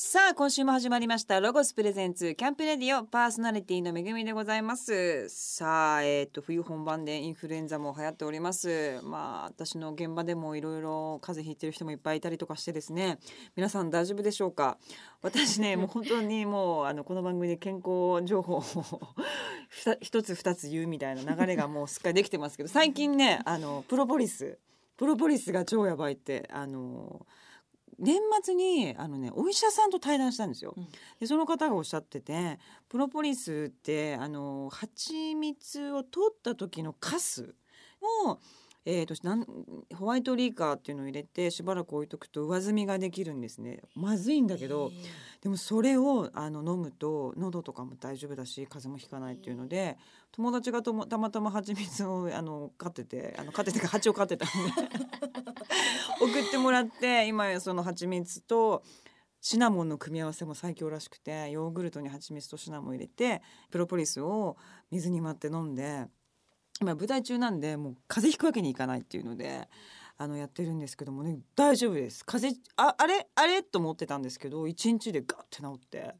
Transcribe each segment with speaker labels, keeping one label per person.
Speaker 1: さあ今週も始まりましたロゴスプレゼンツキャンプレディオパーソナリティのめぐみでございますさあえっ、と冬本番でインフルエンザも流行っておりますまあ私の現場でもいろいろ風邪ひいてる人もいっぱいいたりとかしてですね皆さん大丈夫でしょうか私 ねもう本当にもうあのこの番組で健康情報をふた一つ二つ言うみたいな流れがもうすっかりできてますけど最近ねあのプロポリスプロポリスが超やばいってあの年末にあの、ね、お医者さんと対談したんですよ。
Speaker 2: うん
Speaker 1: でその方がおっしゃっててプロポリスってあの蜂蜜を取った時のカスを、えー、となんホワイトリーカーっていうのを入れてしばらく置いとくと上澄みができるんですね。まずいんだけど、でもそれをあの飲むと喉とかも大丈夫だし風邪もひかないっていうので友達がともたまたま蜂蜜をあの飼っててあの飼っててか蜂を飼ってたんで 送ってもらって今その蜂蜜とシナモンの組み合わせも最強らしくてヨーグルトに蜂蜜とシナモン入れてプロポリスを水に割って飲んで今舞台中なんでもう風邪ひくわけにいかないっていうので。あのやってるんですけどもね大丈夫です風邪ああれあれと思ってたんですけど一日でガッて治って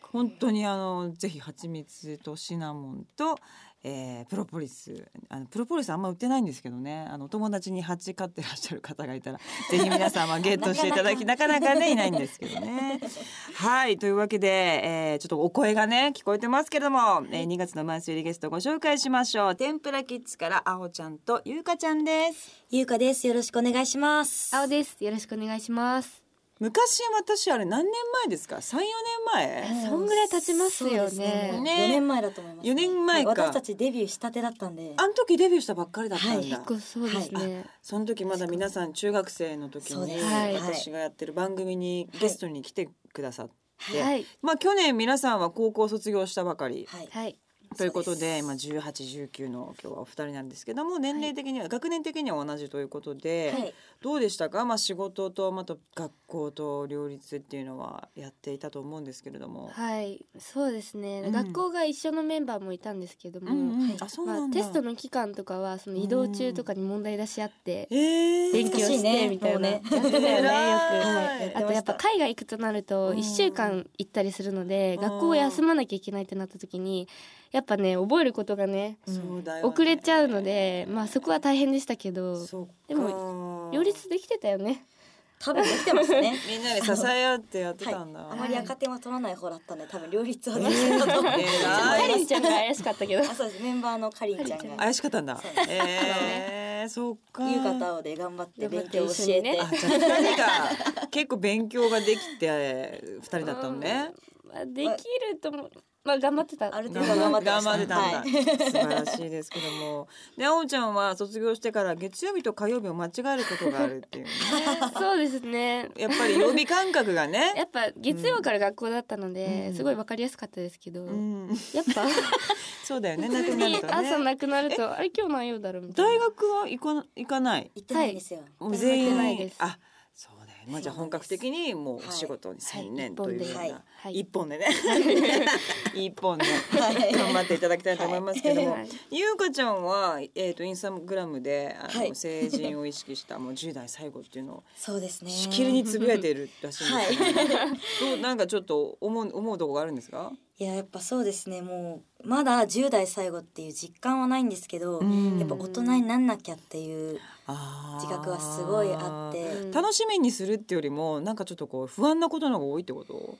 Speaker 1: 本当にあのぜひ蜂蜜とシナモンと、えープロポリスあのプロポリスあんま売ってないんですけどねあのお友達に蜂飼ってらっしゃる方がいた らぜひ皆さんはゲットしていただきなかなかねいないんですけどね。はいというわけで、えーちょっとお声がね聞こえてますけども、えー2月のマンスリーゲストご紹介しましょう天ぷらキッズからあおちゃんとゆうかちゃんです。
Speaker 2: ゆうかですよろしくお願いします
Speaker 3: 青です。よろしくお願いします。
Speaker 1: 昔私あれ何年前ですか34年
Speaker 3: そんぐらい経ちますよね
Speaker 2: そうですもう
Speaker 1: ね
Speaker 2: 4年前だと思います
Speaker 1: 4年前か
Speaker 2: 私たちデビューしたてだったんで
Speaker 1: あの時デビューしたばっかりだったんだ、
Speaker 2: はい
Speaker 3: 結構そうですね。
Speaker 1: その時まだ皆さん中学生の時
Speaker 2: そう
Speaker 1: に
Speaker 2: です
Speaker 3: はい
Speaker 1: 私がやってる番組に
Speaker 2: はい
Speaker 1: ゲストに来てくださって、
Speaker 3: はい。はい。
Speaker 1: まあ去年皆さんは高校卒業したばかり
Speaker 2: はい
Speaker 3: はい。
Speaker 1: ということで
Speaker 2: そう
Speaker 1: 今1819の今日はお二人なんですけども年齢的には、学年的には同じということで、
Speaker 2: はい
Speaker 1: どうでしたか、まあ、仕事とまた学校と両立っていうのはやっていたと思うんですけれども。
Speaker 3: はい。そうですね、
Speaker 1: うん
Speaker 3: 学校が一緒のメンバーもいたんですけども、
Speaker 1: うんうん
Speaker 2: はい
Speaker 1: あそう
Speaker 3: ま
Speaker 1: な
Speaker 3: あ
Speaker 1: んだ、
Speaker 3: テストの期間とかはその移動中とかに問題出し合って、
Speaker 1: ええ
Speaker 3: 勉強
Speaker 2: 懐かしい
Speaker 3: し
Speaker 2: ね
Speaker 3: てみたい
Speaker 2: も
Speaker 3: な、
Speaker 2: うね
Speaker 3: やって たよねよく。
Speaker 1: 偉い
Speaker 2: はい
Speaker 3: あとやっぱ海外行くとなると
Speaker 1: うん
Speaker 3: 1週間行ったりするので
Speaker 1: うん
Speaker 3: 学校を休まなきゃいけないってなった時にやっぱね覚えることがね
Speaker 1: そうだよね
Speaker 3: 遅れちゃうのでまあそこは大変でしたけど
Speaker 1: そっか
Speaker 3: で両立できてたよね。
Speaker 2: 多分できてますね
Speaker 1: みんなで支え合ってやってたんだ、
Speaker 2: あまり赤点は取らない方だったんで多分両立はできてたと思う
Speaker 1: 偉
Speaker 3: カ
Speaker 1: い
Speaker 3: リンちゃんが怪しかったけ ど。
Speaker 2: あそうですメンバーのかりんちゃんが
Speaker 1: 怪しかったんだ
Speaker 2: そう
Speaker 1: えー、そっか
Speaker 2: 夕方をで頑張って勉強を教えて、
Speaker 3: 頑張
Speaker 1: あじゃあ二人が結構勉強ができて二人だったのね
Speaker 3: まあ、できるとも、まあ、頑張ってた。
Speaker 2: ある程
Speaker 1: 頑
Speaker 2: 度頑張ってました
Speaker 1: 張ってたんだ、
Speaker 2: はい
Speaker 1: 素晴らしいですけどもであおちゃんは卒業してから月曜日と火曜日を間違えることがあるっていうね
Speaker 3: そうですね。
Speaker 1: やっぱり曜日感覚が
Speaker 3: や
Speaker 1: ね
Speaker 3: っぱ月曜から学校だったので、
Speaker 1: うん
Speaker 3: すごいわかりやすかったですけど、
Speaker 1: うん
Speaker 3: やっぱ
Speaker 1: そうだよね
Speaker 3: 普
Speaker 1: なく
Speaker 3: 通
Speaker 1: なる
Speaker 3: に
Speaker 1: と
Speaker 3: 朝
Speaker 1: ね
Speaker 3: なくなると、あれ今日何曜だろうみたいな。
Speaker 1: 大学は行か行かない
Speaker 2: 行ってないんですよ、
Speaker 1: もう全員
Speaker 3: 行ってないです
Speaker 1: あそうだよね、まあ、じゃあ本格的にもう
Speaker 2: はい
Speaker 1: お仕事に専念
Speaker 3: は
Speaker 1: と
Speaker 3: い
Speaker 1: いうような、
Speaker 2: はい
Speaker 3: はい
Speaker 1: 一本でね 一本で
Speaker 2: はい
Speaker 1: 頑張っていただきたいと思いますけども、
Speaker 3: はい
Speaker 1: ゆうかちゃんは、えー、とインスタグラムであの、
Speaker 2: はい
Speaker 1: 成人を意識したもう10代最後っていうのを
Speaker 2: そうですね
Speaker 1: しきりにつぶやいてるらしいん
Speaker 2: はい
Speaker 1: ですけど、どうなんかちょっと思う思うとこがあるんですか、
Speaker 2: いややっぱそうですねもうまだ10代最後っていう実感はないんですけど、
Speaker 1: ん
Speaker 2: やっぱ大人になんなきゃっていう自覚はすごいあって
Speaker 3: うん
Speaker 1: 楽しみにするってよりもなんかちょっとこう不安なことの方が多いってこと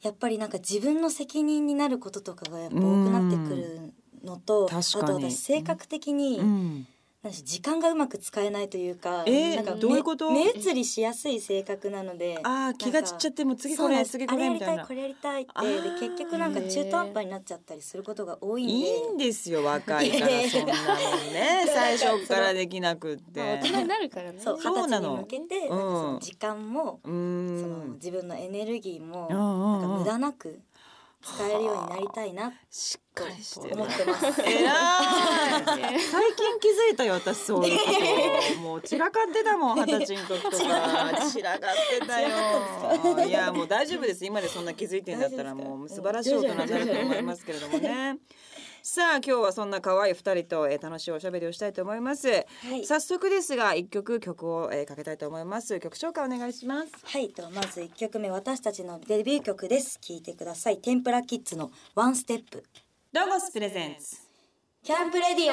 Speaker 2: やっぱりなんか自分の責任になることとかがやっぱ多くなってくるの
Speaker 1: ん
Speaker 2: とあ
Speaker 1: 確
Speaker 2: と
Speaker 1: かに
Speaker 2: 私性格的に、
Speaker 1: ん
Speaker 2: なんか時間がうまく使えないというか,、
Speaker 1: えー
Speaker 2: なんか
Speaker 1: どういうこと
Speaker 2: 目移りしやすい性格なので
Speaker 1: あー気が散っちゃってもう次こ
Speaker 2: そうな
Speaker 1: れ
Speaker 2: んです
Speaker 1: 次これみたいな
Speaker 2: あれやりたいこ
Speaker 1: あ
Speaker 2: れやり
Speaker 1: ー
Speaker 2: たいってで結局なんか中途半端になっちゃったりすることが多いんで
Speaker 1: いいんですよ若いから
Speaker 2: いやい や
Speaker 1: そんなのね最初からできなくっ
Speaker 3: まあ、大
Speaker 1: て
Speaker 3: 人になるからね。
Speaker 2: そう
Speaker 1: そう
Speaker 2: 二十
Speaker 1: な
Speaker 2: 歳
Speaker 1: の
Speaker 2: に向けてな
Speaker 1: うん
Speaker 2: んかその時間も、
Speaker 1: うー
Speaker 2: その
Speaker 1: ん
Speaker 2: 自分のエネルギーも
Speaker 1: うんうん
Speaker 2: な
Speaker 1: うんん
Speaker 2: か無駄なく使えるようになりたいな
Speaker 1: しっ
Speaker 2: と
Speaker 1: かりしてる
Speaker 2: 思って ます。
Speaker 1: えらい最近気づいたよ私そういうこともう散らかってたもん二十歳の時とか散らかってたよいやもう大丈夫です今でそんな気づいてんだったらもう素晴らしい大人になると思いますけれどもねさあ今日はそんな可愛い二人と、えー楽しいおしゃべりをしたいと思います。
Speaker 2: はい
Speaker 1: 早速ですが一曲曲を、えーかけたいと思います。曲紹介お願いします。
Speaker 2: はいとまず1曲目私たちのデビュー曲です聞いてください天ぷらキッズのワンステップ
Speaker 1: ロゴスプレゼンツ。
Speaker 2: キャンプレディ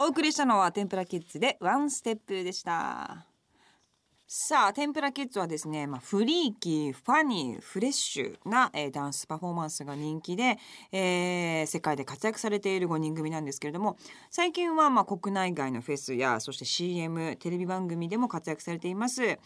Speaker 2: オ
Speaker 1: お送りしたのは天ぷらキッズでワンステップでした。さあ天ぷらキッズはですね、まあ、フリーキーファニーフレッシュな、えーダンスパフォーマンスが人気で、えー世界で活躍されている5人組なんですけれども最近はまあ国内外のフェスやそして CM テレビ番組でも活躍されています、え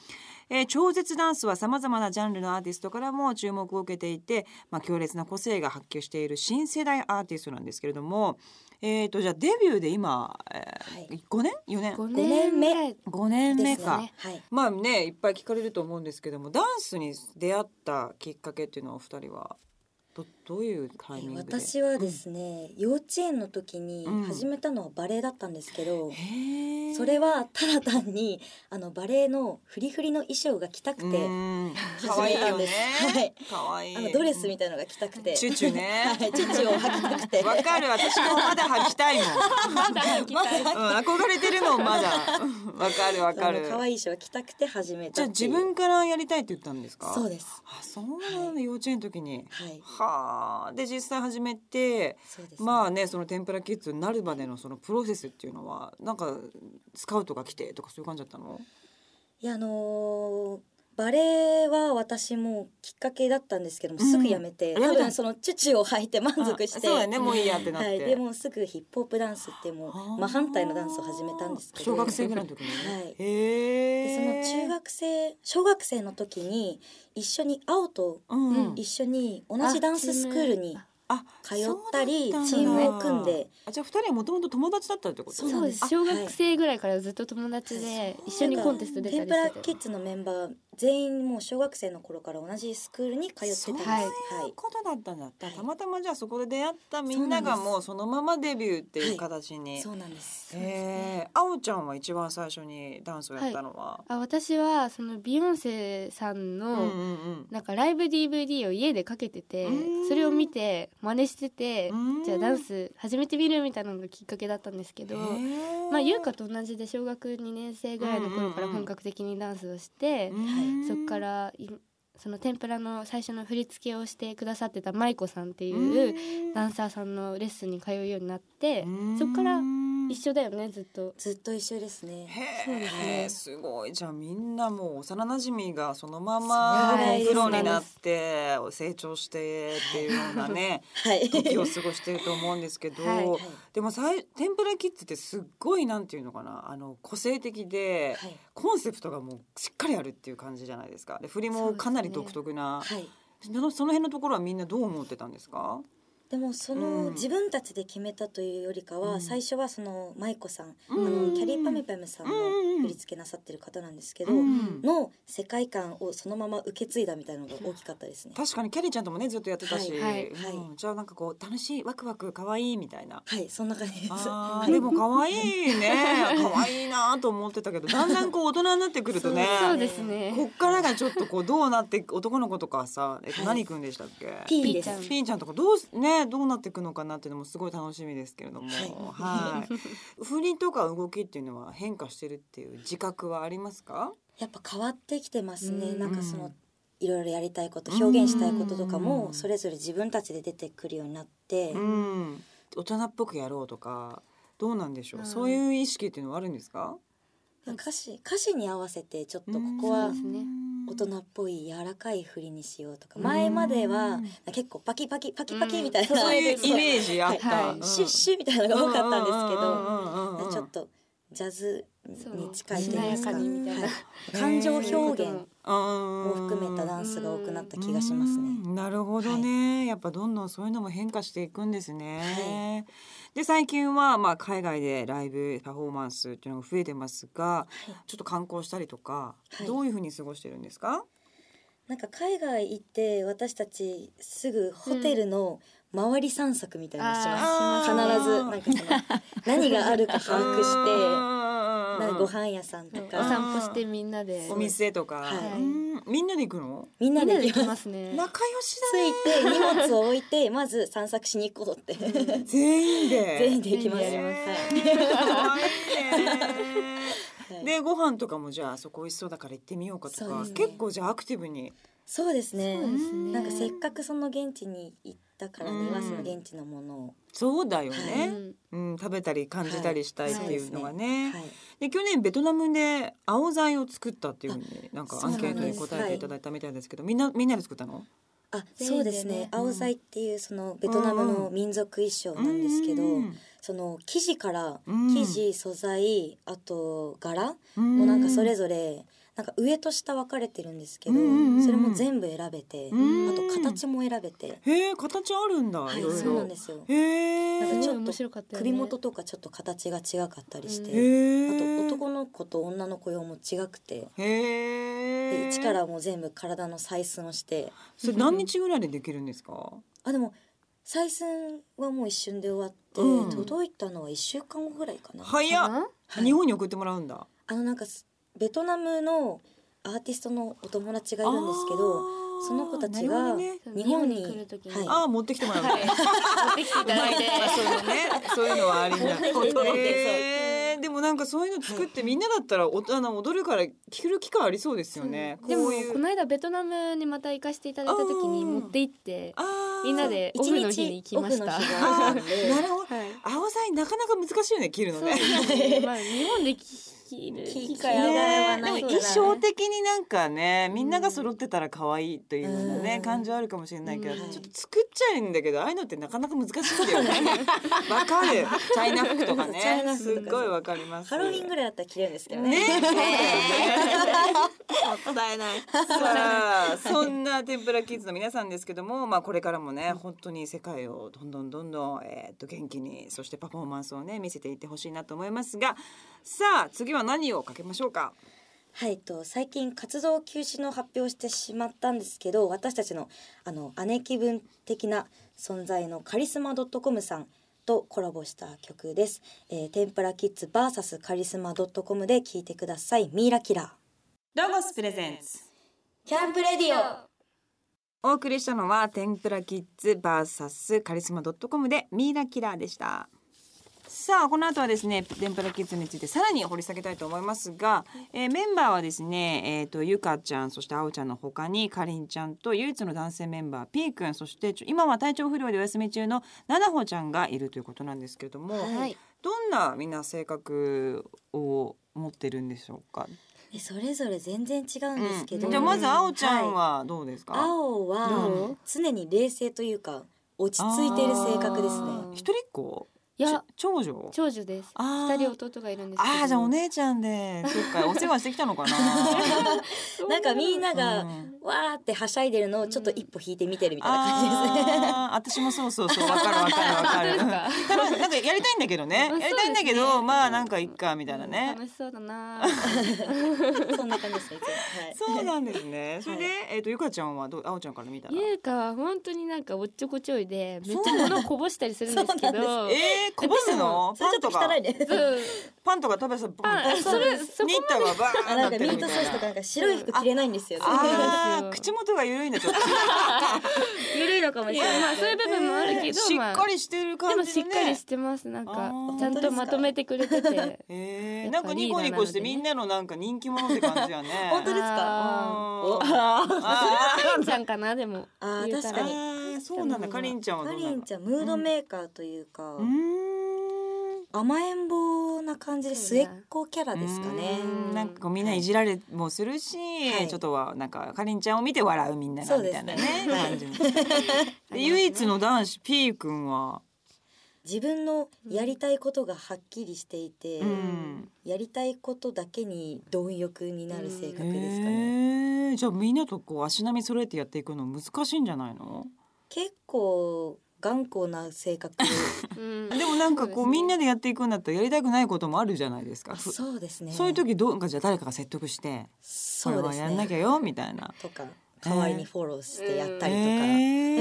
Speaker 1: ー超絶ダンスはさまざまなジャンルのアーティストからも注目を受けていて、まあ、強烈な個性が発揮している新世代アーティストなんですけれども、えー、とじゃあデビューで今、え
Speaker 2: は
Speaker 1: 5年4年
Speaker 3: 5
Speaker 2: 5年
Speaker 3: 年
Speaker 2: 目
Speaker 3: 目ぐらい
Speaker 1: 5年目
Speaker 2: です
Speaker 1: か、
Speaker 2: ねはい
Speaker 1: まあねいっぱい聞かれると思うんですけどもダンスに出会ったきっかけっていうのはお二人はどどういうタイミングで
Speaker 2: 私はですね、幼稚園の時に
Speaker 1: うん
Speaker 2: 始めたのはバレエだったんですけど、
Speaker 1: へー
Speaker 2: それはただ単にあのバレエのフリフリの衣装が着たく
Speaker 1: う
Speaker 2: て、
Speaker 1: ん可
Speaker 2: 始
Speaker 1: 愛い
Speaker 2: めた
Speaker 1: よ
Speaker 2: ん
Speaker 1: ね
Speaker 2: ですはい
Speaker 1: 可愛い
Speaker 2: あのドレスみたいのが着たくて、
Speaker 1: チュチュね
Speaker 2: はいチュチュを履きたくて
Speaker 1: わかる私もまだ履きたいもん、
Speaker 3: まだ行きたい
Speaker 1: うん、憧れてるのまだうんわかるわか
Speaker 2: あ
Speaker 1: る
Speaker 2: の可愛い衣装を着たくて始め
Speaker 1: じ
Speaker 2: た
Speaker 1: ゃあ
Speaker 2: ってい
Speaker 1: 自
Speaker 2: う
Speaker 1: 分からやりたいって言ったんですか
Speaker 2: そうです
Speaker 1: あそうなの、幼稚園の時に
Speaker 2: はい
Speaker 1: はあで実際始めて
Speaker 2: そうです、
Speaker 1: まあねその天ぷらキッズになるまでのそのプロセスっていうのはなんかスカウトが来てとかそういう感じだったの
Speaker 2: いやあのーバレエは私もきっかけだったんですけども、すぐやめて
Speaker 1: うんや
Speaker 2: 多
Speaker 1: めた
Speaker 2: 分そのチュチュを履いて満足して
Speaker 1: あそうだねもういいやってなっ
Speaker 2: は
Speaker 1: て、
Speaker 2: い、でもうすぐヒップホップダンスっていうもう
Speaker 1: あー
Speaker 2: 真反対のダンスを始めたんですけど
Speaker 1: 小学生ぐらいの時に、
Speaker 2: はいでそ
Speaker 1: へえ
Speaker 2: の中学生小学生の時に一緒に青と
Speaker 1: うん、
Speaker 3: うん
Speaker 2: 一緒に同じダンススクールに
Speaker 1: あ
Speaker 2: 通ったり
Speaker 1: そうだたんだ
Speaker 2: チームを組んで
Speaker 1: あじゃあ二人はもともと友達だったってこと
Speaker 2: そう
Speaker 3: そうです
Speaker 2: あ
Speaker 3: 小学生ぐらいからずっと友達で一緒にコンテスト出た
Speaker 2: 天
Speaker 3: り
Speaker 2: ぷら
Speaker 3: して
Speaker 2: キ
Speaker 3: て
Speaker 2: ッズのメンバー全員もう小学生の頃から同じスクールに通ってた
Speaker 1: そ
Speaker 2: ん
Speaker 1: う
Speaker 2: で
Speaker 1: い
Speaker 2: す
Speaker 1: う
Speaker 2: はい
Speaker 1: ことだったんだった、
Speaker 2: はい
Speaker 1: たまたまじゃあそこで出会ったみんなが
Speaker 2: そうなんです
Speaker 1: もうそのままデビューっていう形に、
Speaker 2: そうなんです
Speaker 1: へえあおちゃんは一番最初にダンスをやったのは、
Speaker 3: あ私はそのビヨンセさん
Speaker 1: うん
Speaker 3: の
Speaker 1: うん
Speaker 3: なんかライブ DVD を家でかけてて
Speaker 1: うん
Speaker 3: それを見て真似してて
Speaker 1: うん
Speaker 3: じゃあダンス始めてみるみたいなのがきっかけだったんですけど
Speaker 1: へえ
Speaker 3: まあ優香と同じで小学2年生ぐらいの頃から
Speaker 1: うんうんうん
Speaker 3: 本格的にダンスをして
Speaker 1: うん
Speaker 3: そこからいその天ぷらの最初の振り付けをしてくださってた舞子さんっていうダンサーさんのレッスンに通うようになってそこから
Speaker 1: 緒
Speaker 3: 一緒だよねずっと。
Speaker 2: ずっと一緒ですね
Speaker 1: そうですねすごいじゃあみんなもう幼馴染がそのま
Speaker 2: そ
Speaker 1: ま
Speaker 2: うなんです
Speaker 1: プロになって成長してっていうようなね
Speaker 2: はい
Speaker 1: 時を過ごしてると思うんですけど、
Speaker 3: はい
Speaker 2: はい
Speaker 1: でもさい天ぷらキッズってすっごいなんていうのかなあの個性的で、
Speaker 2: はい
Speaker 1: コンセプトがもうしっかりあるっていう感じじゃないですかで振りもかなり
Speaker 3: そうです
Speaker 1: 独
Speaker 3: ね
Speaker 1: 特なそ,、
Speaker 2: はい
Speaker 1: のその辺のところはみんなどう思ってたんですか
Speaker 2: でもその、
Speaker 1: うん
Speaker 2: 自分たちで決めたというよりかは、
Speaker 1: うん
Speaker 2: 最初はその舞子さん、
Speaker 1: うん
Speaker 2: あのキャリーパミュパムさんの
Speaker 1: うんうん
Speaker 2: 振り付けなさってる方なんですけど、
Speaker 1: うん
Speaker 2: の世界観をそのまま受け継いだみたいなのが大きかったですね。
Speaker 1: 確かにキャリーちゃんともねずっとやってたし、
Speaker 2: はい
Speaker 3: はい
Speaker 2: はい
Speaker 1: うんじゃあなんかこう楽しいワクワク可愛いみたいな。
Speaker 2: はい、そんな感じです。
Speaker 1: あ
Speaker 2: は
Speaker 1: ー
Speaker 2: い
Speaker 1: でも可愛いね可愛いなと思ってたけどだんだんこう大人になってくるとね
Speaker 3: そうですね
Speaker 1: こっからがちょっとこうどうなって男の子とかさ、えっと、
Speaker 2: はい
Speaker 1: 何くんでしたっけ、
Speaker 2: ピー
Speaker 3: ピ
Speaker 2: で
Speaker 3: ーちゃん
Speaker 2: す。
Speaker 1: ピンちゃんとかどうすねどうなっていくのかなっていうのもすごい楽しみですけれども、は、
Speaker 2: はい
Speaker 1: 振りとか動きっていうのは変化してるっていう自覚はありますか？
Speaker 2: やっぱ変わってきてますね。
Speaker 3: うん
Speaker 2: なんかそのいろいろやりたいこと、表現したいこととか
Speaker 1: う
Speaker 2: も
Speaker 1: ん
Speaker 2: それぞれ自分たちで出てくるようになって、
Speaker 1: うん、大人っぽくやろうとかどうなんでしょう、
Speaker 3: うん
Speaker 1: そういう意識っていうのはあるんですか？
Speaker 2: 歌詞歌詞に合わせてちょっとここ
Speaker 1: う
Speaker 2: は
Speaker 1: ん
Speaker 3: そうですね
Speaker 2: 大人っぽい柔らかい振りにしようとか
Speaker 1: うん
Speaker 2: 前までは結構パキパキパキパキみたいな、
Speaker 3: うん
Speaker 1: そういうイメ
Speaker 2: ジ
Speaker 1: ージあった、
Speaker 3: はい
Speaker 1: うん
Speaker 2: シュッシュみたいなのが多かったんですけど、
Speaker 1: うんうんうんうんうんうん
Speaker 2: ちょっとジャズに近い
Speaker 1: そう
Speaker 2: と言いますか
Speaker 1: しなやかに
Speaker 3: みたいな
Speaker 2: はい感情表現
Speaker 1: も
Speaker 2: も含めたダンスが多くなった気がしますね。
Speaker 1: うんなるほどね、やっぱどんどんそういうのも変化していくんですね。で最近はまあ海外でライブパフォーマンスっていうのが増えてますが、ちょっと観光したりとか、
Speaker 2: はい
Speaker 1: どういうふうに過ごしてるんですか？
Speaker 2: なんか海外行って私たちすぐホテルの周り散策みたいなのします、
Speaker 1: あー
Speaker 2: 必ずなんかその何があるか把握してなんかご飯屋さんと
Speaker 3: お
Speaker 1: あー
Speaker 2: か
Speaker 3: 散歩してみんなで
Speaker 1: お店とか、
Speaker 2: はい
Speaker 1: うんみんなで行くの
Speaker 2: みん
Speaker 3: み
Speaker 2: なんで
Speaker 3: なで
Speaker 2: 行き
Speaker 3: 行き
Speaker 2: ま
Speaker 3: ますすね
Speaker 1: 仲良し
Speaker 2: ついて荷物を置い てまず散策しに行こうって
Speaker 1: だね全員で
Speaker 2: 全員で行きます
Speaker 3: 全員でやります
Speaker 2: はい
Speaker 1: 可愛いね
Speaker 2: はい
Speaker 1: でご飯とかもじゃあそこ美味しそうだから行ってみようかと
Speaker 2: そう
Speaker 1: か、
Speaker 2: ですね
Speaker 1: 結構じゃあアクティブに
Speaker 2: そうですね
Speaker 3: そうですね
Speaker 2: なんかせっかくその現地に行ったからにはその現地のものを、
Speaker 1: そうだよ
Speaker 3: う
Speaker 1: ね、
Speaker 3: ん
Speaker 1: うん、食べたり感じたりしたいっていうのがね、
Speaker 2: はい、
Speaker 1: で去年ベトナムで青剤を作ったっていうふうになんかアンケートに
Speaker 2: そうなんです
Speaker 1: 答えていただいたみたいですけどみんなみんなで作ったの
Speaker 2: あ
Speaker 3: 全
Speaker 2: そう
Speaker 3: 員
Speaker 2: で
Speaker 3: ですね
Speaker 2: ね
Speaker 3: うん
Speaker 2: 青菜っていうそのベトナムの民族衣装なんですけど、
Speaker 1: うん
Speaker 2: その生地から
Speaker 1: うん
Speaker 2: 生地素材あと柄
Speaker 1: う
Speaker 2: もなんかそれ
Speaker 1: ぞ
Speaker 2: ぞれなんか上と下分かれてるんですけど
Speaker 1: うんうんうん
Speaker 2: それも全部選べて
Speaker 1: うん
Speaker 2: あと形も選べて
Speaker 1: れへえ形あるんだ、、
Speaker 2: はいい
Speaker 1: ろいろ
Speaker 2: そうなんですよ
Speaker 1: へえ
Speaker 2: なんか
Speaker 3: す
Speaker 2: ち
Speaker 3: ご
Speaker 2: ょっ
Speaker 3: い
Speaker 2: と
Speaker 3: 面白かったよね
Speaker 2: 首元とかちょっと形が違かったりし
Speaker 3: と
Speaker 2: てあ
Speaker 1: へえ
Speaker 2: と男の子と女の子用も違くて
Speaker 1: へ
Speaker 2: で
Speaker 1: え
Speaker 2: 一からもう全部体の採寸をして
Speaker 1: それ何日ぐらいでできるんですか
Speaker 2: あでも採寸はもう一瞬で終わって、
Speaker 1: うん
Speaker 2: 届いたのは1週間後ぐらいかな、
Speaker 1: 早っ
Speaker 3: か
Speaker 2: はい
Speaker 1: 日本に送ってもらうんだ
Speaker 2: あのなんかすベトナムのアーティストのお友達がいるんですけ
Speaker 1: あ
Speaker 2: ど
Speaker 1: ー
Speaker 2: その子たち
Speaker 1: なるほ
Speaker 2: が
Speaker 1: どね
Speaker 3: な
Speaker 2: 日本に
Speaker 3: 日本に来る時に
Speaker 2: はい
Speaker 1: あー持ってきてもらうね
Speaker 3: 持ってきていただいて
Speaker 1: そういうのね、そういうのはありな。
Speaker 2: 本当にそう
Speaker 1: えーでもなんかそういうの作ってみんなだったらおあの踊るから聴る機会ありそうですよね。
Speaker 3: でも
Speaker 1: こういう
Speaker 3: この間ベトナムにまた行かせていただいた時に持って行って
Speaker 1: あー
Speaker 3: みんなでオ
Speaker 2: 一
Speaker 3: フの日に行きました
Speaker 2: オフの日があ
Speaker 1: あ
Speaker 2: っ
Speaker 1: ー
Speaker 2: て
Speaker 1: なるほど。
Speaker 3: はい
Speaker 1: 青さなかなか難しいよね着るの
Speaker 3: そうで
Speaker 1: ね。
Speaker 3: すねまあ日本で 着る機会
Speaker 2: 着る
Speaker 3: はあん
Speaker 1: で
Speaker 3: ま
Speaker 1: も
Speaker 3: りな
Speaker 2: ね
Speaker 3: いか
Speaker 1: 衣
Speaker 3: ら
Speaker 1: 装的になんかねみんなが揃ってたら可愛いというようなね、
Speaker 2: うん
Speaker 1: 感情あるかもしれないけど、
Speaker 2: うん
Speaker 1: ちょっと作っちゃうんだけどああいうのってなかなか難しいんだよねわか るチャイナ服とか
Speaker 2: チャイナ
Speaker 1: ねす
Speaker 2: 服とか
Speaker 1: っごいわかります
Speaker 2: ハロウィンぐらいだったら着れるんですけどね
Speaker 1: ねも ったいない。さあ、そんな天ぷらキッズの皆さんですけども、まあこれからもね、本当に世界をどんどんどんどんえーっと元気に、そしてパフォーマンスをね見せていってほしいなと思いますが、さあ次は何をかけましょうか。
Speaker 2: はいと最近活動休止の発表をしてしまったんですけど私たちのあの姉貴分的な存在のカリスマ .com さんとコラボした曲です、えー、天ぷらキッズ VS カリスマ .com で聴いてくださいミイラキラー
Speaker 1: ロゴスプレゼンツ。
Speaker 2: キャンプレディオ
Speaker 1: お送りしたのは天ぷらキッズバーサスカリスマドットコムでミイラキラーでした。さあこの後はですね天ぷらキッズについてさらに掘り下げたいと思いますが、えーメンバーはですね、えー、とゆかちゃんそしてあおちゃんの他にかりんちゃんと唯一の男性メンバー P 君そしてちょ今は体調不良でお休み中のななほちゃんがいるということなんですけれども、
Speaker 3: はい
Speaker 1: どんなみんな性格を持ってるんでしょうか。
Speaker 2: それぞれ全然違うんですけど、
Speaker 1: うんじゃあまずあおちゃんはどうですか、
Speaker 2: はい、青
Speaker 1: ど
Speaker 2: は
Speaker 3: う
Speaker 2: 常に冷静というか落ち着いている性格ですね
Speaker 1: あー一人っ子
Speaker 3: いや
Speaker 1: ち長女
Speaker 3: 長女です
Speaker 1: あー
Speaker 3: 二人弟がいるんですけど
Speaker 1: ああじゃあお姉ちゃんでそっかお世話してきたのか な
Speaker 2: なんかみんなが、
Speaker 1: うん
Speaker 2: わーってはしゃいでるのをちょっと一歩引いて見てるみたいな感じですね、
Speaker 1: あー私もそうそうそうわかるわかるわかる
Speaker 3: 本当ですか
Speaker 1: ただなんかやりたいんだけどね
Speaker 3: うん
Speaker 1: やりたいんだけ
Speaker 3: そうです
Speaker 1: ど
Speaker 3: ね
Speaker 1: まあなんかいっかみたいなね
Speaker 3: 楽しそうだ な
Speaker 2: そんな感じですねいつもはい
Speaker 1: そうなんですねそれでえっとゆかちゃんはどうあおちゃんから見たら
Speaker 3: ゆうかは本当になんかおっちょこちょいでめっ
Speaker 1: そう
Speaker 3: ちゃ物をこぼしたりするんですけ
Speaker 2: そう
Speaker 3: ど
Speaker 1: えーこぼすの
Speaker 2: それ
Speaker 1: パ
Speaker 2: ち
Speaker 1: ン
Speaker 2: ょっと
Speaker 1: と
Speaker 2: 汚
Speaker 1: か
Speaker 2: いね
Speaker 3: うん
Speaker 1: パンとか食べさ
Speaker 3: あそれそこまで
Speaker 1: ニッタがバー
Speaker 2: あ
Speaker 1: ンな
Speaker 2: な
Speaker 1: んっ
Speaker 2: か
Speaker 1: て
Speaker 2: ミ
Speaker 1: るみ
Speaker 2: ートソ
Speaker 1: た
Speaker 2: ー
Speaker 1: い
Speaker 2: ス
Speaker 1: な
Speaker 2: とかなんか白い服着れないんですよ
Speaker 1: あ
Speaker 3: そうな
Speaker 1: ー
Speaker 3: んです
Speaker 1: 口
Speaker 3: よ
Speaker 1: 元が緩いんだち ょっと
Speaker 3: 緩いのかもしれないまあそういう部分もあるけど、
Speaker 1: しっ
Speaker 3: まあ
Speaker 1: かりしてる
Speaker 3: で
Speaker 1: 感
Speaker 3: も
Speaker 1: じ
Speaker 3: しっ
Speaker 1: の
Speaker 3: かり
Speaker 1: ね
Speaker 3: してますなん
Speaker 1: あ
Speaker 3: か
Speaker 1: ー
Speaker 3: ちゃんとまとめてくれてて
Speaker 1: えー、
Speaker 3: やっぱ
Speaker 1: なんかニコニコしてみ
Speaker 3: リー
Speaker 1: んなのなんか人気者って感じやね。
Speaker 2: 本当ですか
Speaker 3: あ
Speaker 1: お
Speaker 2: あー
Speaker 1: あ
Speaker 3: ーかりんちゃんかなでも
Speaker 2: あー
Speaker 3: 言うた
Speaker 1: ー
Speaker 3: ら
Speaker 2: 確かに
Speaker 1: あーそうなんだ。かりんちゃんは
Speaker 2: か
Speaker 1: どう
Speaker 2: り
Speaker 1: なの
Speaker 2: ん？ちゃんムードメーカーというか、
Speaker 1: うーん
Speaker 2: 甘えん坊な感じで
Speaker 3: そう
Speaker 2: 末
Speaker 3: ね
Speaker 2: っ子キャラですかね
Speaker 1: うーんなんかこうみんないじられもするし、
Speaker 2: い
Speaker 1: ちょっとはなんかかりんちゃんを見て笑うみんな
Speaker 2: そ
Speaker 1: が
Speaker 2: う
Speaker 1: み
Speaker 2: で
Speaker 1: た
Speaker 2: す
Speaker 1: い
Speaker 2: ね
Speaker 1: なね感じ。で唯一の男子 P 君は、
Speaker 2: 自分のやりたいことがはっきりしていて、
Speaker 1: うん、
Speaker 2: やりたいことだけに貪欲になる性
Speaker 1: え
Speaker 2: 格ですかね、
Speaker 1: ー、じゃあみんなとこう足並み揃えてやっていくの難しいんじゃないの？
Speaker 2: 結構頑固な 性格
Speaker 3: うん
Speaker 1: でもなんかこう
Speaker 3: そですね
Speaker 1: みんなでやっていくんだったらやりたくないこともあるじゃないですか。
Speaker 2: あそうですね
Speaker 1: そういう時どうなんかじゃあ誰かが説得して
Speaker 2: そ
Speaker 1: これ
Speaker 2: う
Speaker 1: は
Speaker 2: です
Speaker 1: やんなきゃ
Speaker 2: ね
Speaker 1: よみたいな
Speaker 2: とか可愛いにフォローしてやったりとか、
Speaker 1: え
Speaker 2: でも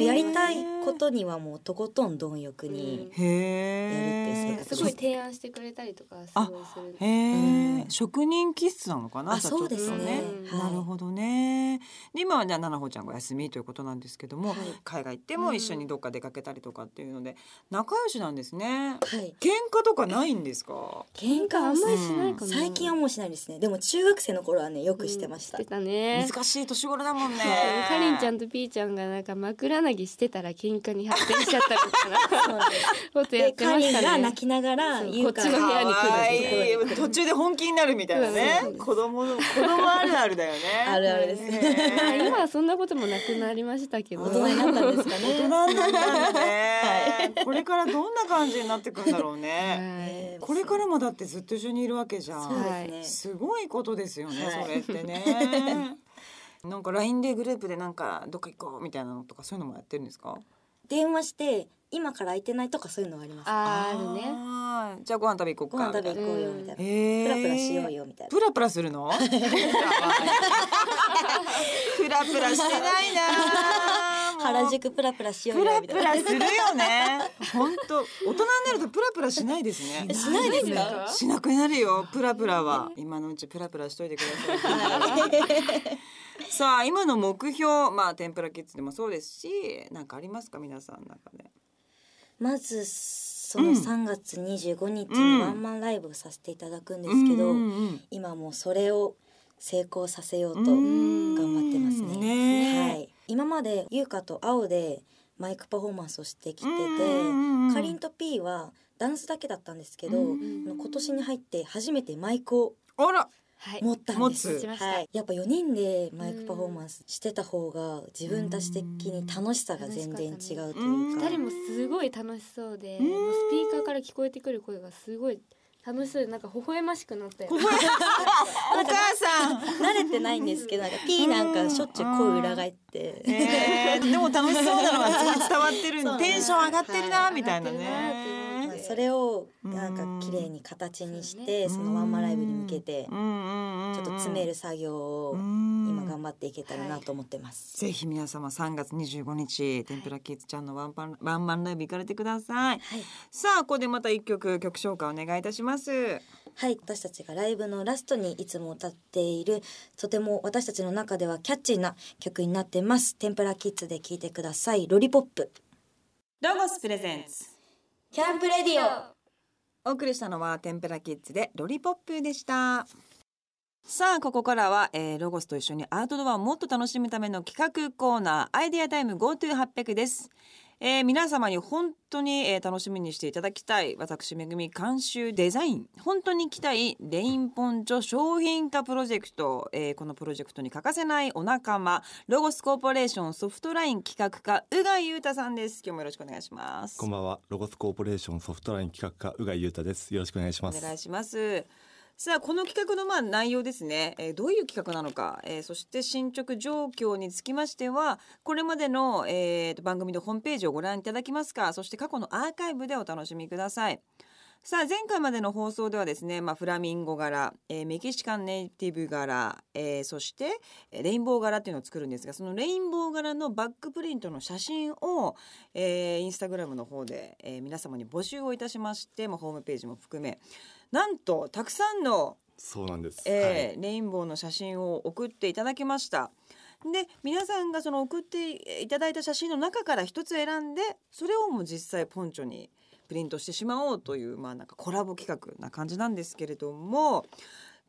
Speaker 1: ー
Speaker 2: やりたいことにはもうとことん貪欲に、
Speaker 1: へえ
Speaker 2: やるって
Speaker 3: すごい提案してくれたりとかすごいする
Speaker 1: へ
Speaker 2: う
Speaker 1: え
Speaker 2: ん
Speaker 1: 職人気質なのかな
Speaker 2: あ
Speaker 1: じゃちょっと
Speaker 2: そうです
Speaker 3: ね
Speaker 2: はい
Speaker 1: なるほどねで今はじゃあ奈々穂ちゃんがお休みということなんですけども、
Speaker 2: はい
Speaker 1: 海外行っても一緒にどっか出かけたりとかっていうので仲良しなんですね
Speaker 2: はい
Speaker 1: 喧嘩とかないんですか
Speaker 2: 喧嘩
Speaker 3: あ
Speaker 2: あ
Speaker 3: ん
Speaker 2: ん
Speaker 3: ま
Speaker 2: ま
Speaker 3: り
Speaker 2: り
Speaker 3: しないかな、
Speaker 2: 最近はもうしないですねでも中学生の頃はねよくしてました、
Speaker 3: うんしてたね
Speaker 1: 難しい年頃だもんね
Speaker 3: かりんちゃんとピーちゃんがなんか枕投げしてたら喧嘩に発展しちゃったみたいな
Speaker 2: そうなんです
Speaker 3: ことやっ
Speaker 2: で
Speaker 3: てま
Speaker 2: カ
Speaker 3: し
Speaker 2: リン
Speaker 3: た
Speaker 2: が
Speaker 3: ね
Speaker 2: 泣きながら
Speaker 3: そう
Speaker 2: 言うか
Speaker 3: こっちの部屋に来る
Speaker 1: かわいい
Speaker 2: そう
Speaker 1: 途中で本気になるみたいなね
Speaker 3: そうそうそう
Speaker 1: 子供の子供あるあるだよね
Speaker 2: あるあるです
Speaker 1: ね
Speaker 2: ね
Speaker 3: あ今はそんなこともなくなりましたけど
Speaker 2: 大人になったんですか
Speaker 1: 大人に
Speaker 2: ね、
Speaker 1: なったんだね、これからどんな感じになってくんだろうね
Speaker 3: はい
Speaker 1: これからもだってずっと一緒にいるわけじゃ
Speaker 2: そうんですね、
Speaker 1: すごいことですよね、
Speaker 2: はい
Speaker 1: それってね なんか LINE でグループでなんかどっか行こうみたいなのとかそういうのもやってるんですか
Speaker 2: 電話して今から空いてないとかそういうのはあります
Speaker 3: あーあるね
Speaker 1: あーじゃあご飯食べ行こ
Speaker 2: ご
Speaker 1: うか
Speaker 2: 飯食べ行こうよ
Speaker 3: うん
Speaker 2: みたいな、
Speaker 1: へー
Speaker 2: プラプラしようよみたいな
Speaker 1: プラプラするの プラプラしてない なもう
Speaker 2: 原宿プラプラしよう
Speaker 1: プ
Speaker 2: よ
Speaker 1: ラ
Speaker 2: み
Speaker 1: プ
Speaker 2: たいな
Speaker 1: ラするよね本当大人になるとプラプラしないですね
Speaker 2: しないですか
Speaker 1: しなくなるよプラプラは今のうちプラプラしといてくださいさあ今の目標まあ天ぷらキッズでもそうですしなんかありますか皆さんの中で
Speaker 2: まずそ
Speaker 1: うん
Speaker 2: の3月25日にワンマンライブをさせていただくんですけど、
Speaker 1: うんうんうん
Speaker 2: 今もうそれを成功させようと
Speaker 1: うん
Speaker 2: 頑張ってますね。
Speaker 1: ねえ
Speaker 2: はい、今まで優香と青でマイクパフォーマンスをしてきてて、かりんと P はダンスだけだったんですけど、
Speaker 1: うん
Speaker 2: あの今年に入って初めてマイクを
Speaker 1: あら
Speaker 3: はい
Speaker 2: 持ったんです。
Speaker 1: 持つ
Speaker 3: しました
Speaker 2: はい、やっぱ4人でマイクパフォーマンスしてた方が自分たち的に楽しさが全然違うというか、
Speaker 1: うん
Speaker 3: 二人もすごい楽しそうで、
Speaker 1: うん
Speaker 3: もうスピーカーから聞こえてくる声がすごい楽しそうでなんか微笑ましくなったよね
Speaker 1: お母さん
Speaker 2: 慣れてないんですけどなんか P なんかしょっちゅう声裏返って、
Speaker 1: えーでも楽しそうなのがすごい 伝わってるんで
Speaker 2: そう
Speaker 1: テンション上がってるな
Speaker 3: はい
Speaker 1: みたいな
Speaker 3: 上がってるなって
Speaker 1: ね
Speaker 3: 思
Speaker 2: ま
Speaker 3: っ
Speaker 2: あ
Speaker 3: て
Speaker 2: それをなんか綺麗に形にして、
Speaker 1: うん
Speaker 2: そのワンマンライブに向けて
Speaker 1: うんうんうんうん
Speaker 2: ちょっと詰める作業を今頑張っていけたらなと思ってます。
Speaker 1: ぜひ皆様3月25日天ぷらキッズちゃんのワンパンワンマンライブ行かれてください
Speaker 2: はい、
Speaker 1: さあここでまた一曲曲紹介お願いいたします
Speaker 2: はい、私たちがライブのラストにいつも歌っているとても私たちの中ではキャッチーな曲になってます。天ぷらキッズで聴いてください。ロリポップ。
Speaker 1: ロゴスプレゼンツ
Speaker 2: キャンプレディオ。
Speaker 1: お送りしたのは天ぷらキッズでロリポップでしたさあここからは、えーロゴスと一緒にアウトドアをもっと楽しむための企画コーナーアイデアタイム GoTo800 です、えー皆様に本当に、えー楽しみにしていただきたい私めぐみ監修デザイン本当に期待レインポンチョ商品化プロジェクト、えーこのプロジェクトに欠かせないお仲間ロゴスコーポレーションソフトライン企画課宇賀裕太さんです今日もよろしくお願いします
Speaker 4: こんばんはロゴスコーポレーションソフトライン企画課宇賀裕太ですよろしくお願いします
Speaker 1: お願いします。さあこの企画のまあ内容ですね、えーどういう企画なのか、えーそして進捗状況につきましてはこれまでの、えーと番組のホームページをご覧いただきますかそして過去のアーカイブでお楽しみください。さあ前回までの放送ではですね、まあ、フラミンゴ柄、えーメキシカンネイティブ柄、えーそしてえーレインボー柄っていうのを作るんですがそのレインボー柄のバックプリントの写真を、えーインスタグラムの方で、えー皆様に募集をいたしまして、まあ、ホームページも含めなんとたくさんの、
Speaker 4: そうなんです、
Speaker 1: えーレインボーの写真を送っていただきました。で皆さんがその送っていただいた写真の中から一つ選んでそれをもう実際ポンチョにプリントしてしまおうという、まあ、なんかコラボ企画な感じなんですけれども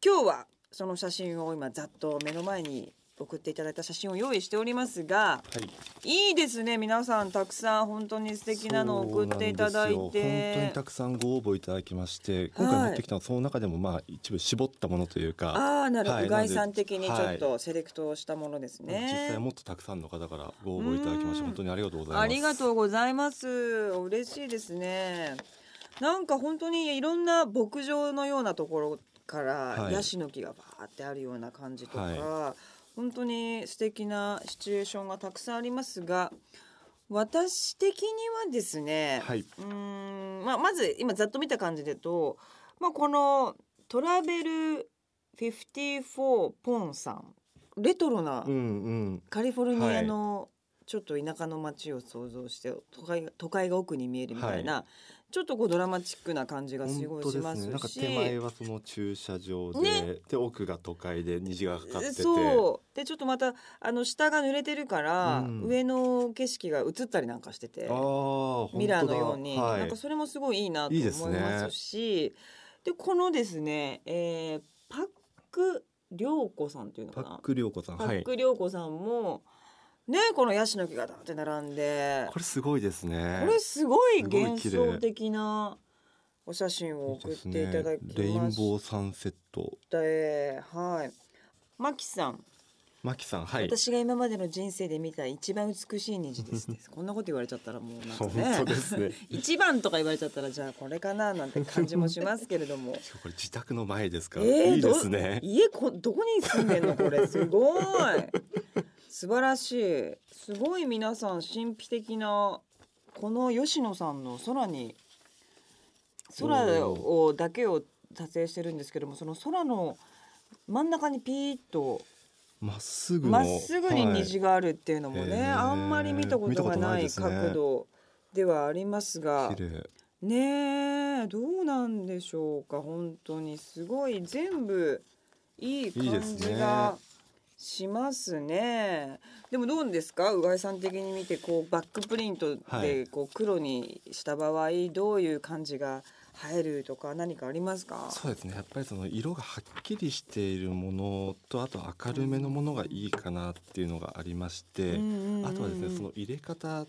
Speaker 1: 今日はその写真を今ざっと目の前に送っていただいた写真を用意しておりますが
Speaker 4: はい、はい、
Speaker 1: いいですね皆さんたくさん本当に素敵なのを送っていただいて
Speaker 4: そうなんですよ本当にたくさんご応募いただきまして今回持ってきたのはその中でもまあ一部絞ったものというか、
Speaker 1: ああなるほ
Speaker 4: は
Speaker 1: ど、
Speaker 4: い
Speaker 1: うがいさん的にちょ
Speaker 4: な
Speaker 1: っ
Speaker 4: んでは
Speaker 1: とセレクトをしたものですね。
Speaker 4: 実際もっとたくさんの方からご応募いただき
Speaker 1: う
Speaker 4: まして
Speaker 1: ん
Speaker 4: 本当にありがとうございます
Speaker 1: ありがとうございます。嬉しいですね。なんか本当にいろんな牧場のようなところから、
Speaker 4: はい
Speaker 1: ヤシの木がバーってあるような感じとか、
Speaker 4: は
Speaker 1: 本当に素敵なシチュエーションがたくさんありますが、私的にはですね、
Speaker 4: はいう
Speaker 1: ーん、まあまず今ざっと見た感じだと、まあこのトラベル54ポンさんレトロな
Speaker 4: うんうん
Speaker 1: カリフォルニアのちょっと田舎の街を想像して都会都会が奥に見えるみたいな、ちょっとこうドラマチックな感じがすご
Speaker 4: 本
Speaker 1: い
Speaker 4: 当
Speaker 1: し
Speaker 4: で
Speaker 1: ます
Speaker 4: ね
Speaker 1: す
Speaker 4: なんか
Speaker 1: し
Speaker 4: 手前はその駐車場で、
Speaker 1: ね
Speaker 4: で奥が都会で虹がかかってて
Speaker 1: そうでちょっとまたあの下が濡れてるから、
Speaker 4: うん
Speaker 1: 上の景色が映ったりなんかしてて
Speaker 4: あー本当だ
Speaker 1: ミラーのように、
Speaker 4: はい、
Speaker 1: なんかそれもすごいいいなと
Speaker 4: い
Speaker 1: 思
Speaker 4: い
Speaker 1: い
Speaker 4: ですね
Speaker 1: ますしでこのですね、えーパック涼子さんっていうの
Speaker 4: パ
Speaker 1: か
Speaker 4: ッ
Speaker 1: な
Speaker 4: ク涼子さん
Speaker 1: パ
Speaker 4: は
Speaker 1: ッ
Speaker 4: い
Speaker 1: ク涼子さんも、ねこのヤシの木がだって並んで
Speaker 4: これすごいですね
Speaker 1: これすごい
Speaker 4: すごい
Speaker 1: 幻
Speaker 4: 綺麗
Speaker 1: 想的なお写真を送っていただき
Speaker 4: レイ
Speaker 1: ま
Speaker 4: ンボ
Speaker 1: し
Speaker 4: ーサンセット
Speaker 1: たはいマキさん、
Speaker 4: マキさんはい
Speaker 1: 私が今までの人生で見た一番美しい虹ですって こんなこと言われちゃったらもうなんか
Speaker 4: 本
Speaker 1: ね
Speaker 4: 当ですね
Speaker 1: 一番とか言われちゃったらじゃあこれかななんて感じもしますけれども
Speaker 4: しかもこれ自宅の前ですから、
Speaker 1: ー
Speaker 4: いいですね
Speaker 1: ど家こどこに住んでんのこ れすごい素晴らしいすごい皆さん神秘的なこの吉野さんの空に空をだけを撮影してるんですけどもその空の真ん中にピーッと
Speaker 4: まっすぐの
Speaker 1: まっすぐに虹があるっていうのもね、
Speaker 4: はいへー
Speaker 1: あんまり見たことがない
Speaker 4: 見たことないですね
Speaker 1: 角度ではあります
Speaker 4: は
Speaker 1: が
Speaker 4: い、綺麗
Speaker 1: ねえどうなんでしょうか本当にすごい全部いい
Speaker 4: いいで
Speaker 1: 感
Speaker 4: すね
Speaker 1: じがしますねでもどうですかうがいさん的に見てこうバックプリント
Speaker 4: は
Speaker 1: で
Speaker 4: い
Speaker 1: こう黒にした場合どういう感じが映えるとか何かありますか
Speaker 4: そうですねやっぱりその色がはっきりしているものとあと明るめのものがいいかなっていうのがありまして、あとはですねその入れ方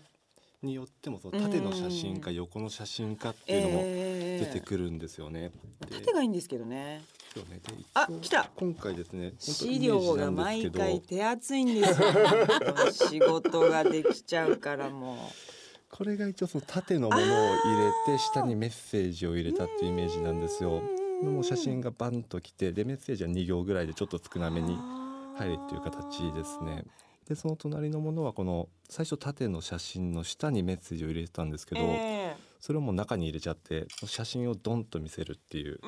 Speaker 4: によってもその縦の写真か
Speaker 1: うん
Speaker 4: 横の写真かっていうのも出
Speaker 1: 出
Speaker 4: てくるんですよね。で
Speaker 1: 縦がいいんですけどね
Speaker 4: そうねで
Speaker 1: あ
Speaker 4: 一応
Speaker 1: 来た
Speaker 4: 今回ですね本当イメ
Speaker 1: 資
Speaker 4: ージなんです
Speaker 1: 料が毎
Speaker 4: けど
Speaker 1: 回手厚いんです よ仕事ができちゃうからもう
Speaker 4: これが一応その縦のものを入れて下にメッセージを入れたっていうイメージなんですよ。でもう写真がバンと来てでメッセージは2行ぐらいでちょっと少なめに入るっていう形ですね。でその隣のものはこの最初縦の写真の下にメッセージを入れてたんですけ
Speaker 1: け
Speaker 4: ど、それをもう中に入れちゃって写真をドンと見せるっていう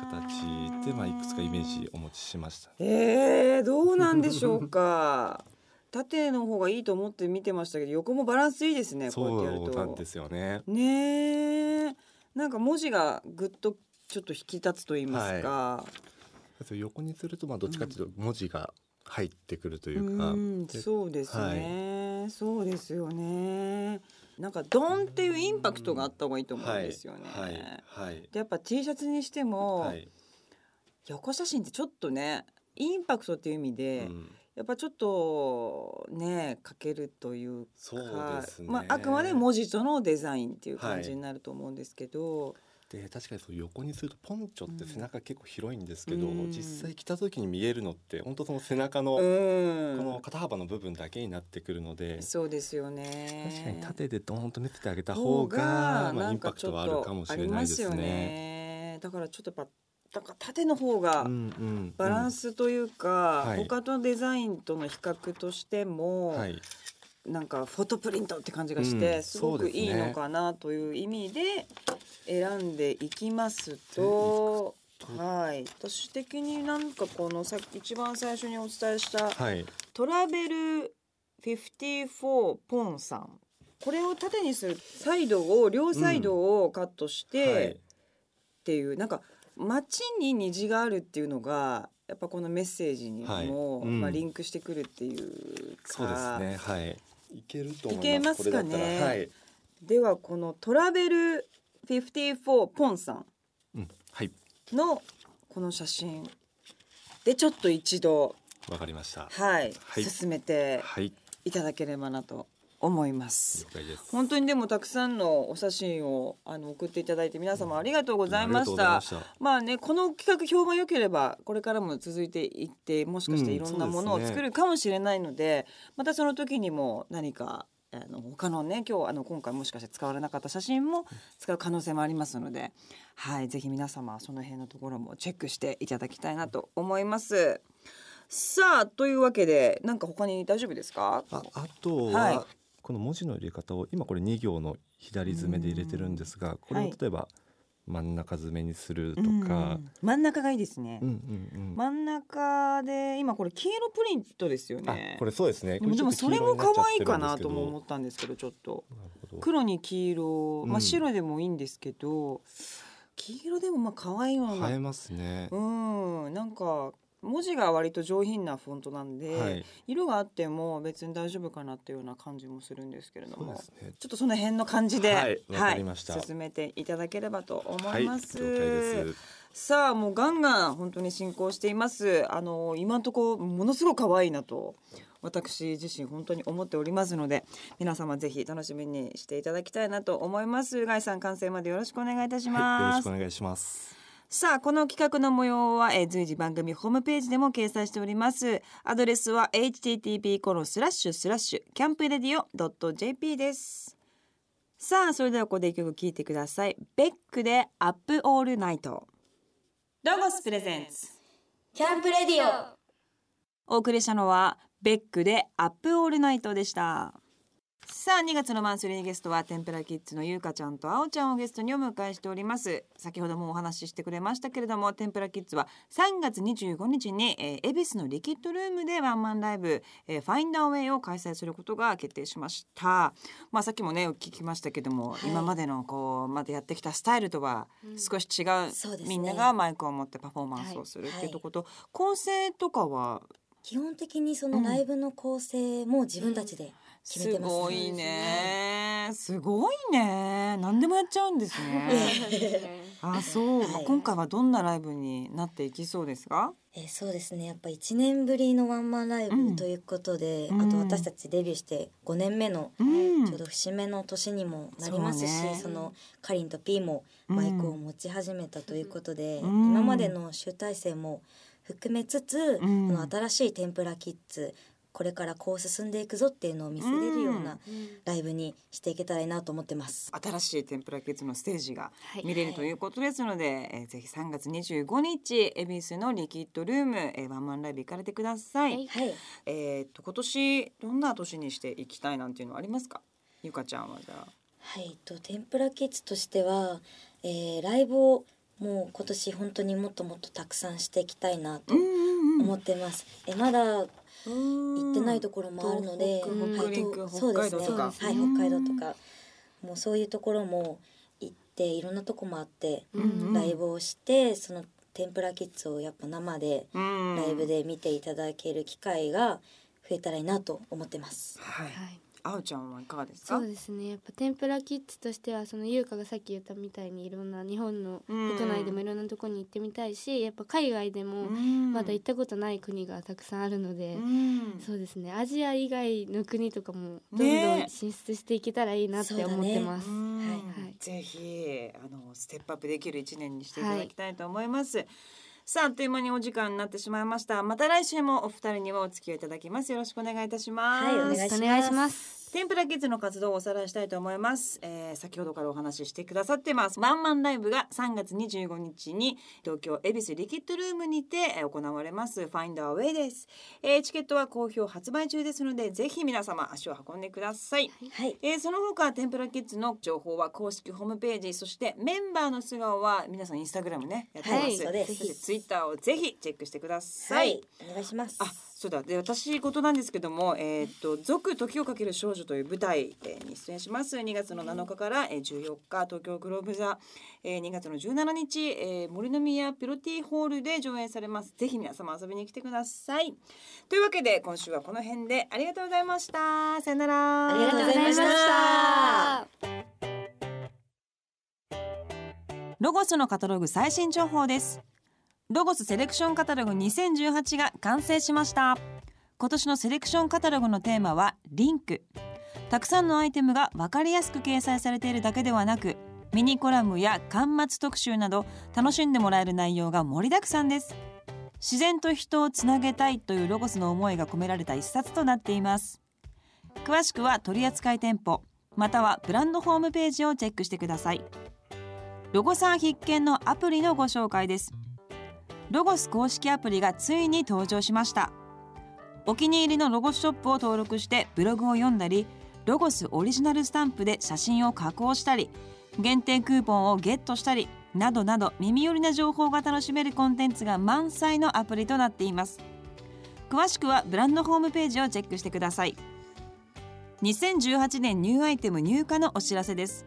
Speaker 4: 形で、まあ、いくつかイメージお持ちしました。
Speaker 1: えー、どうなんでしょうか 縦の方がいいと思って見てましたけど横もバランスいいですねこうやって
Speaker 4: そう
Speaker 1: や
Speaker 4: な
Speaker 1: る
Speaker 4: ん
Speaker 1: と
Speaker 4: ですよね。
Speaker 1: ねえなんか文字がぐっとちょっと引き立つと言いますか、
Speaker 4: 横にするとまあどっちかというと文字が入ってくるというか、
Speaker 1: うん
Speaker 4: で
Speaker 1: そうですね、そうですよねなんかドンっていうインパクトがあった方がいいと思うんですよね、
Speaker 4: はいはいはい
Speaker 1: でやっぱ T シャツにしても、
Speaker 4: はい
Speaker 1: 横写真ってちょっとねインパクトっていう意味で、
Speaker 4: うん
Speaker 1: やっぱちょっとね書けるという
Speaker 4: そうですね。
Speaker 1: まあ、あくまで文字とのデザインっていう感じになると思うんですけど、
Speaker 4: で確かにそう横にするとポンチョって背中結構広いんですけど、
Speaker 1: うん
Speaker 4: 実際着た時に見えるのって本当その背中の、
Speaker 1: う
Speaker 4: こ
Speaker 1: ん
Speaker 4: の肩幅の部分だけになってくるので、
Speaker 1: そうですよね
Speaker 4: 確かに縦でドーンと見せてあげた方がまあ、インパクトはあるかもしれないで
Speaker 1: なんかちょっ
Speaker 4: すね。
Speaker 1: とありますよねだからちょっとやっぱなんか縦の方が
Speaker 4: うんうん、
Speaker 1: バランスというか、
Speaker 4: うんはい
Speaker 1: 他とデザインとの比較としても、
Speaker 4: うん、はい、
Speaker 1: なんかフォトプリントって感じがして、
Speaker 4: うん
Speaker 1: すごくいいのかなという意味で選んでいきますと。はい、私的になんかこのさ一番最初にお伝えした
Speaker 4: はい、
Speaker 1: トラベル54ポンさんこれを縦にするサイドを両サイドをカットして、
Speaker 4: はい
Speaker 1: っていうなんか街に虹があるっていうのがやっぱこのメッセージにも、
Speaker 4: はいうん
Speaker 1: まあ、リンクしてくるっていうか
Speaker 4: そうですね、はい。いけると思います。
Speaker 1: いけますかね
Speaker 4: これだったらはい、
Speaker 1: ではこのトラベル54ポンさ
Speaker 4: うん、はい、
Speaker 1: んのこの写真でちょっと一度
Speaker 4: わかりました。
Speaker 1: はい、
Speaker 4: はい
Speaker 1: 進めて
Speaker 4: はい、
Speaker 1: いただければなと思います
Speaker 4: 了。解です。
Speaker 1: 本当にでもたくさんのお写真をあの送っていただいて皆様ありがとうご
Speaker 4: ご
Speaker 1: ざいました。まあねこの企画評判良ければこれからも続いていってもしかして
Speaker 4: うん
Speaker 1: いろんなもの
Speaker 4: そう
Speaker 1: を
Speaker 4: ですね
Speaker 1: 作るかもしれないので,、またその時にも何かあの他のね今日あの今回もしかして使われなかった写真も使う可能性もありますので、はいぜひ皆様その辺のところもチェックしていただきたいなと思います。さあというわけでなんか他に大丈夫ですか？
Speaker 4: ああとは、
Speaker 1: はい
Speaker 4: この文字の入れ方を今これ2行の左詰めで入れてるんですがこれを
Speaker 1: はい
Speaker 4: 例えば真ん中詰めにすると
Speaker 1: うんう
Speaker 4: か、
Speaker 1: ん真ん中がいいですね、
Speaker 4: うんうんうん
Speaker 1: 真ん中で今これ黄色プリントですよ
Speaker 4: あ
Speaker 1: ね
Speaker 4: これそうですね
Speaker 1: でもでもそれも可愛いかなとも思
Speaker 4: う
Speaker 1: ったんですけどちょっと黒に黄色、ま
Speaker 4: う
Speaker 1: あ、
Speaker 4: ん
Speaker 1: 白でもいいんですけど、黄色でもまあ可愛いような
Speaker 4: 映えますね、
Speaker 1: うんなんか文字が割と上品なフォントなんで、
Speaker 4: はい
Speaker 1: 色があっても別に大丈夫かなっていうような感じもするんですけれど
Speaker 4: そう
Speaker 1: も
Speaker 4: ですね
Speaker 1: ちょっとその辺の感じで
Speaker 4: はいわかりました
Speaker 1: 進めていただければと思
Speaker 4: はい
Speaker 1: い
Speaker 4: 了
Speaker 1: ま
Speaker 4: 解
Speaker 1: す。
Speaker 4: です
Speaker 1: さあもうガンガン本当に進行していますあの今のところものすごく可愛いなと私自身本当に思っておりますので皆様ぜひ楽しみにしていただきたいなと思いますうがいさん完成までよろしくお願いいたし
Speaker 4: はいよろ
Speaker 1: ま
Speaker 4: し
Speaker 1: す、
Speaker 4: くお願いします
Speaker 1: さあこの企画の模様は、えー随時番組ホームページでも掲載しておりますアドレスは http コロンスラッシュスラッシュキャンプレディオ .jp ですさあそれではここで一曲聴いてくださいベックでアップオールナイトロゴスプレゼンツ
Speaker 2: キャンプレディオ
Speaker 1: お送りしたのはベックでアップオールナイトでしたさあ2月のマンスリーゲストは天ぷらキッズのゆうかちゃんとあおちゃんをゲストにお迎えしております先ほどもお話ししてくれましたけれども天ぷらキッズは3月25日に、えー、恵比寿のリキッドルームでワンマンライブ、えー、ファインダーウェイを開催することが決定しましたまあさっきもね聞きましたけども、
Speaker 2: はい
Speaker 1: 今までのこうまでやってきたスタイルとは少し違う,、
Speaker 2: そうですね
Speaker 1: みんながマイクを持ってパフォーマンスをするっていうとこと、構成とかは
Speaker 2: 基本的にそのライブの構成も自分たちで、決めてますす
Speaker 1: ごいね。すごいね。何でもやっちゃうんですね。
Speaker 3: そうですね
Speaker 1: あ、そう。
Speaker 2: はい
Speaker 1: まあ今回はどんなライブになっていきそうですか。
Speaker 2: えーそうですねやっぱ1年ぶりのワンマンライ
Speaker 1: うん
Speaker 2: ブということで、
Speaker 1: うん
Speaker 2: あと私たちデビューして5年目の
Speaker 1: うん
Speaker 2: ちょうど節目の年にもなりますし、
Speaker 1: そうね
Speaker 2: そのかりんとピーも
Speaker 1: うん
Speaker 2: マイクを持ち始めたということで、
Speaker 1: うん
Speaker 2: 今までの集大成も含めつつ、
Speaker 1: うん
Speaker 2: この新しい天ぷらキッズこれからこう進んでいくぞっていうのを見せれるよう
Speaker 1: う
Speaker 2: なんライブにしていけたらいいなと思ってます。
Speaker 1: 新しい天ぷらキッズのステージが
Speaker 3: はい
Speaker 1: 見れるということですので、えーぜひ3月25日恵比寿のリキッドルーム、えーワンマンライブ行かれてください。
Speaker 3: はい
Speaker 2: はい、
Speaker 1: えーっと今年どんな年にしていきたいなんていうのはありますか。ゆかちゃんはじゃあ。
Speaker 2: はい、と天ぷらキッズとしては、えーライブをもう今年本当にもっともっとたくさんしていきたいなと思ってます。えまだ行
Speaker 1: 行
Speaker 2: ってないところもあるので、
Speaker 1: 東
Speaker 3: うん
Speaker 1: 北北
Speaker 2: はい
Speaker 1: 陸、
Speaker 2: と
Speaker 1: 北海道とか、
Speaker 2: そうですねはい、北海道とか、もうそういうところも行っていろんなとこもあって、
Speaker 1: うんうん
Speaker 2: ライブをしてその天ぷらキッズをやっぱ生で
Speaker 1: うん
Speaker 2: ライブで見ていただける機会が増えたらいいなと思ってます。
Speaker 1: はい
Speaker 3: はい
Speaker 1: あおちゃんはいかがですか
Speaker 3: そうですねやっぱ天ぷらキッズとしてはその優香がさっき言ったみたいにいろんな日本の
Speaker 1: うん
Speaker 3: 国内でもいろんなとこに行ってみたいしやっぱ海外でも
Speaker 1: うん
Speaker 3: まだ行ったことない国がたくさんあるので、
Speaker 1: うん
Speaker 3: そうですねアジア以外の国とかもどんど
Speaker 1: ね
Speaker 3: ん進出していけたらいいなって思ってます。
Speaker 1: うん
Speaker 2: はい
Speaker 3: はい
Speaker 1: ぜひあのステップアップできる一年にしていただきたいと思います、さああっという間にお時間になってしまいましたまた来週もお二人にはお付き合いいただきますよろしくお願いいたします
Speaker 2: はいお願いします
Speaker 3: よろしくお願いします。
Speaker 1: 天ぷらキッズの活動をおさらいしたいと思います、えー先ほどからお話ししてくださってますワンマンライブが3月25日に東京恵比寿リキッドルームにてえー行われますファインダーウェイです、えーチケットは好評発売中ですのでぜひ皆様足を運んでください
Speaker 2: はい、
Speaker 1: えーその他天ぷらキッズの情報は公式ホームページそしてメンバーの素顔は皆さんインスタグラムねやってます、
Speaker 3: はい
Speaker 2: そうです
Speaker 1: そしてツイッターをぜひチェックしてくださ、
Speaker 2: はいい、お願いします。
Speaker 1: あそうだで私事なんですけども「えーっと続時をかける少女」という舞台えーに出演します2月の7日からえー14日東京グローブ座、えー2月の17日、えー森の宮ピロティホールで上演されますぜひ皆様遊びに来てくださいというわけで今週はこの辺でありがとうございましたさよなら
Speaker 2: ありがとうございました
Speaker 1: ロゴスのカタログ最新情報です。ロゴスセレクションカタログ2018が完成しました。今年のセレクションカタログのテーマはリンク。たくさんのアイテムが分かりやすく掲載されているだけではなく、ミニコラムや巻末特集など楽しんでもらえる内容が盛りだくさんです。自然と人をつなげたいというロゴスの思いが込められた一冊となっています。詳しくは取扱店舗またはブランドホームページをチェックしてください。ロゴさん必見のアプリのご紹介ですロゴス公式アプリがついに登場しましたお気に入りのロゴスショップを登録してブログを読んだりロゴスオリジナルスタンプで写真を加工したり限定クーポンをゲットしたりなどなど耳寄りな情報が楽しめるコンテンツが満載のアプリとなっています詳しくはブランドホームページをチェックしてください2018年ニューアイテム入荷のお知らせです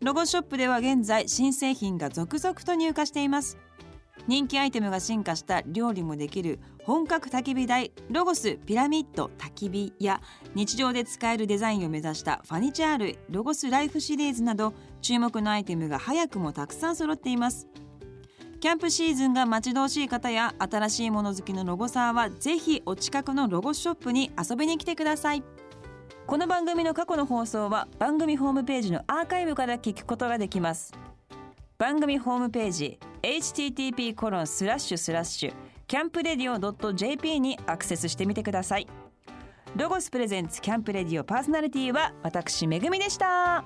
Speaker 1: ロゴショップでは現在新製品が続々と入荷しています人気アイテムが進化した料理もできる本格焚き火台ロゴスピラミッド焚き火や日常で使えるデザインを目指したファニチャー類ロゴスライフシリーズなど注目のアイテムが早くもたくさん揃っていますキャンプシーズンが待ち遠しい方や新しいもの好きのロゴさんはぜひお近くのロゴショップに遊びに来てくださいこの番組の過去の放送は番組ホームページのアーカイブから聞くことができます番組ホームページ http コロンスラッシュスラッシュキャンプレディオ .jp にアクセスしてみてくださいロゴスプレゼンツキャンプレディオパーソナリティは私めぐみでした